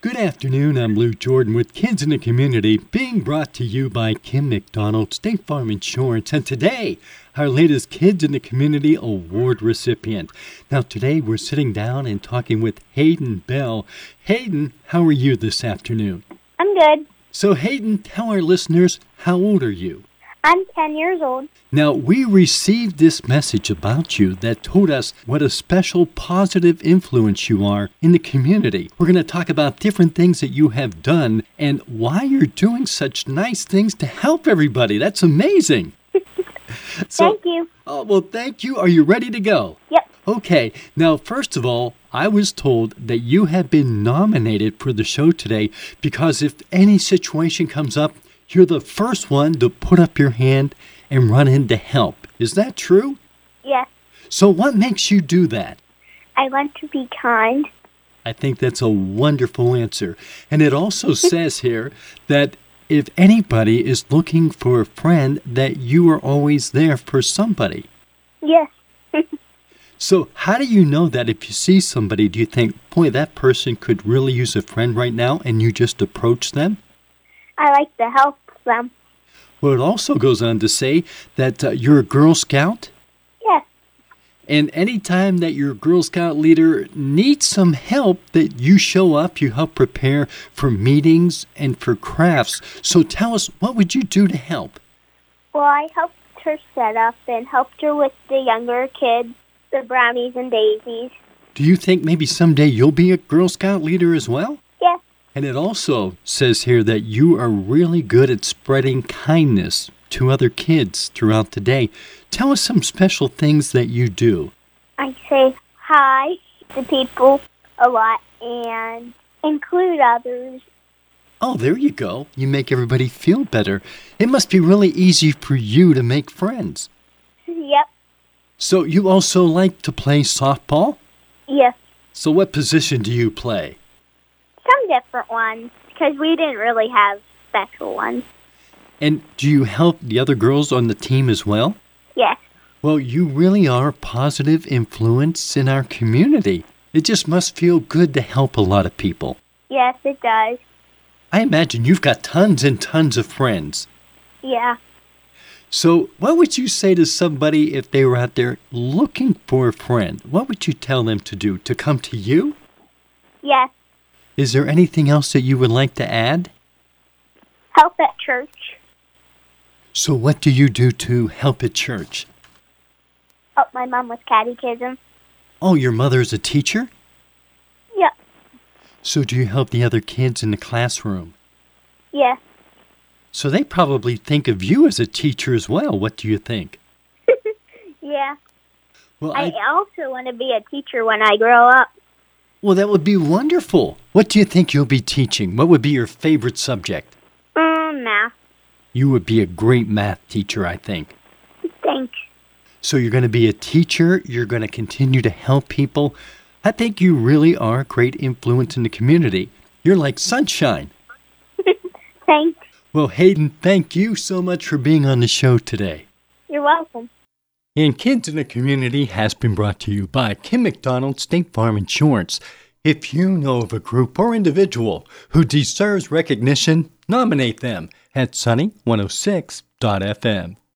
Good afternoon. I'm Lou Jordan with Kids in the Community, being brought to you by Kim McDonald, State Farm Insurance, and today, our latest Kids in the Community Award recipient. Now, today we're sitting down and talking with Hayden Bell. Hayden, how are you this afternoon? I'm good. So, Hayden, tell our listeners, how old are you? I'm 10 years old. Now, we received this message about you that told us what a special positive influence you are in the community. We're going to talk about different things that you have done and why you're doing such nice things to help everybody. That's amazing. So- Thank you. Oh, well, thank you. Are you ready to go? Yep. Okay. Now, first of all, I was told that you have been nominated for the show today because if any situation comes up, you're the first one to put up your hand and run in to help. Is that true? Yes. So, what makes you do that? I want to be kind. I think that's a wonderful answer. And it also says here that if anybody is looking for a friend, that you are always there for somebody. Yes. So, how do you know that if you see somebody, do you think, boy, that person could really use a friend right now, and you just approach them? I like to help them. Well, it also goes on to say that uh, you're a Girl Scout, Yes. and anytime that your Girl Scout leader needs some help, that you show up, you help prepare for meetings and for crafts. So, tell us, what would you do to help? Well, I helped her set up and helped her with the younger kids, the brownies and daisies. Do you think maybe someday you'll be a Girl Scout leader as well? Yes. And it also says here that you are really good at spreading kindness to other kids throughout the day. Tell us some special things that you do. I say hi to people a lot and include others. Oh, there you go. You make everybody feel better. It must be really easy for you to make friends. Yep. So, you also like to play softball? Yes. So, what position do you play? Some different ones because we didn't really have special ones. And do you help the other girls on the team as well? Yes. Well, you really are a positive influence in our community. It just must feel good to help a lot of people. Yes, it does. I imagine you've got tons and tons of friends. Yeah. So, what would you say to somebody if they were out there looking for a friend? What would you tell them to do? To come to you? Yes. Is there anything else that you would like to add? Help at church. So, what do you do to help at church? Oh, my mom was catechism. Oh, your mother is a teacher? Yep. So, do you help the other kids in the classroom? Yes. So, they probably think of you as a teacher as well. What do you think? Yeah. Well, I, also want to be a teacher when I grow up. well, that would be wonderful. What do you think you'll be teaching? What would be your favorite subject? Mm, math. You would be a great math teacher, I think. Thanks. So you're going to be a teacher, you're going to continue to help people. I think you really are a great influence in the community. You're like sunshine. Thanks. Well, Hayden, thank you so much for being on the show today. You're welcome. And Kids in the Community has been brought to you by Kim McDonald State Farm Insurance. If you know of a group or individual who oh deserves recognition, nominate them at sunny106.fm.